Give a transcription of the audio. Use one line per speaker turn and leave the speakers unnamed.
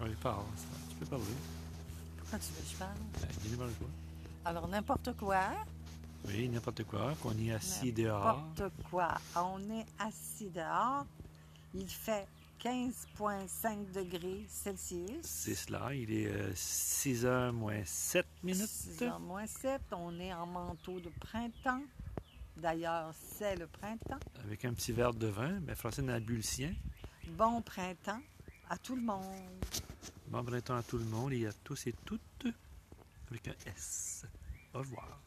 On lui parle. hein, ça. Tu peux parler.
Pourquoi tu veux que je parle?
Ben, dis n'importe quoi.
Alors, n'importe quoi.
Oui, n'importe quoi. Qu'on est assis dehors.
N'importe quoi. On est assis dehors. Il fait 15,5 degrés Celsius.
C'est cela. Il est 6h moins 7 minutes.
6 heures moins 7. On est en manteau de printemps. D'ailleurs, c'est le printemps.
Avec un petit verre de vin. Mais Francine a bu le sien.
Bon printemps à tout le monde.
ben, Bon printemps à tout le monde et à tous et toutes. Avec un S. Au revoir.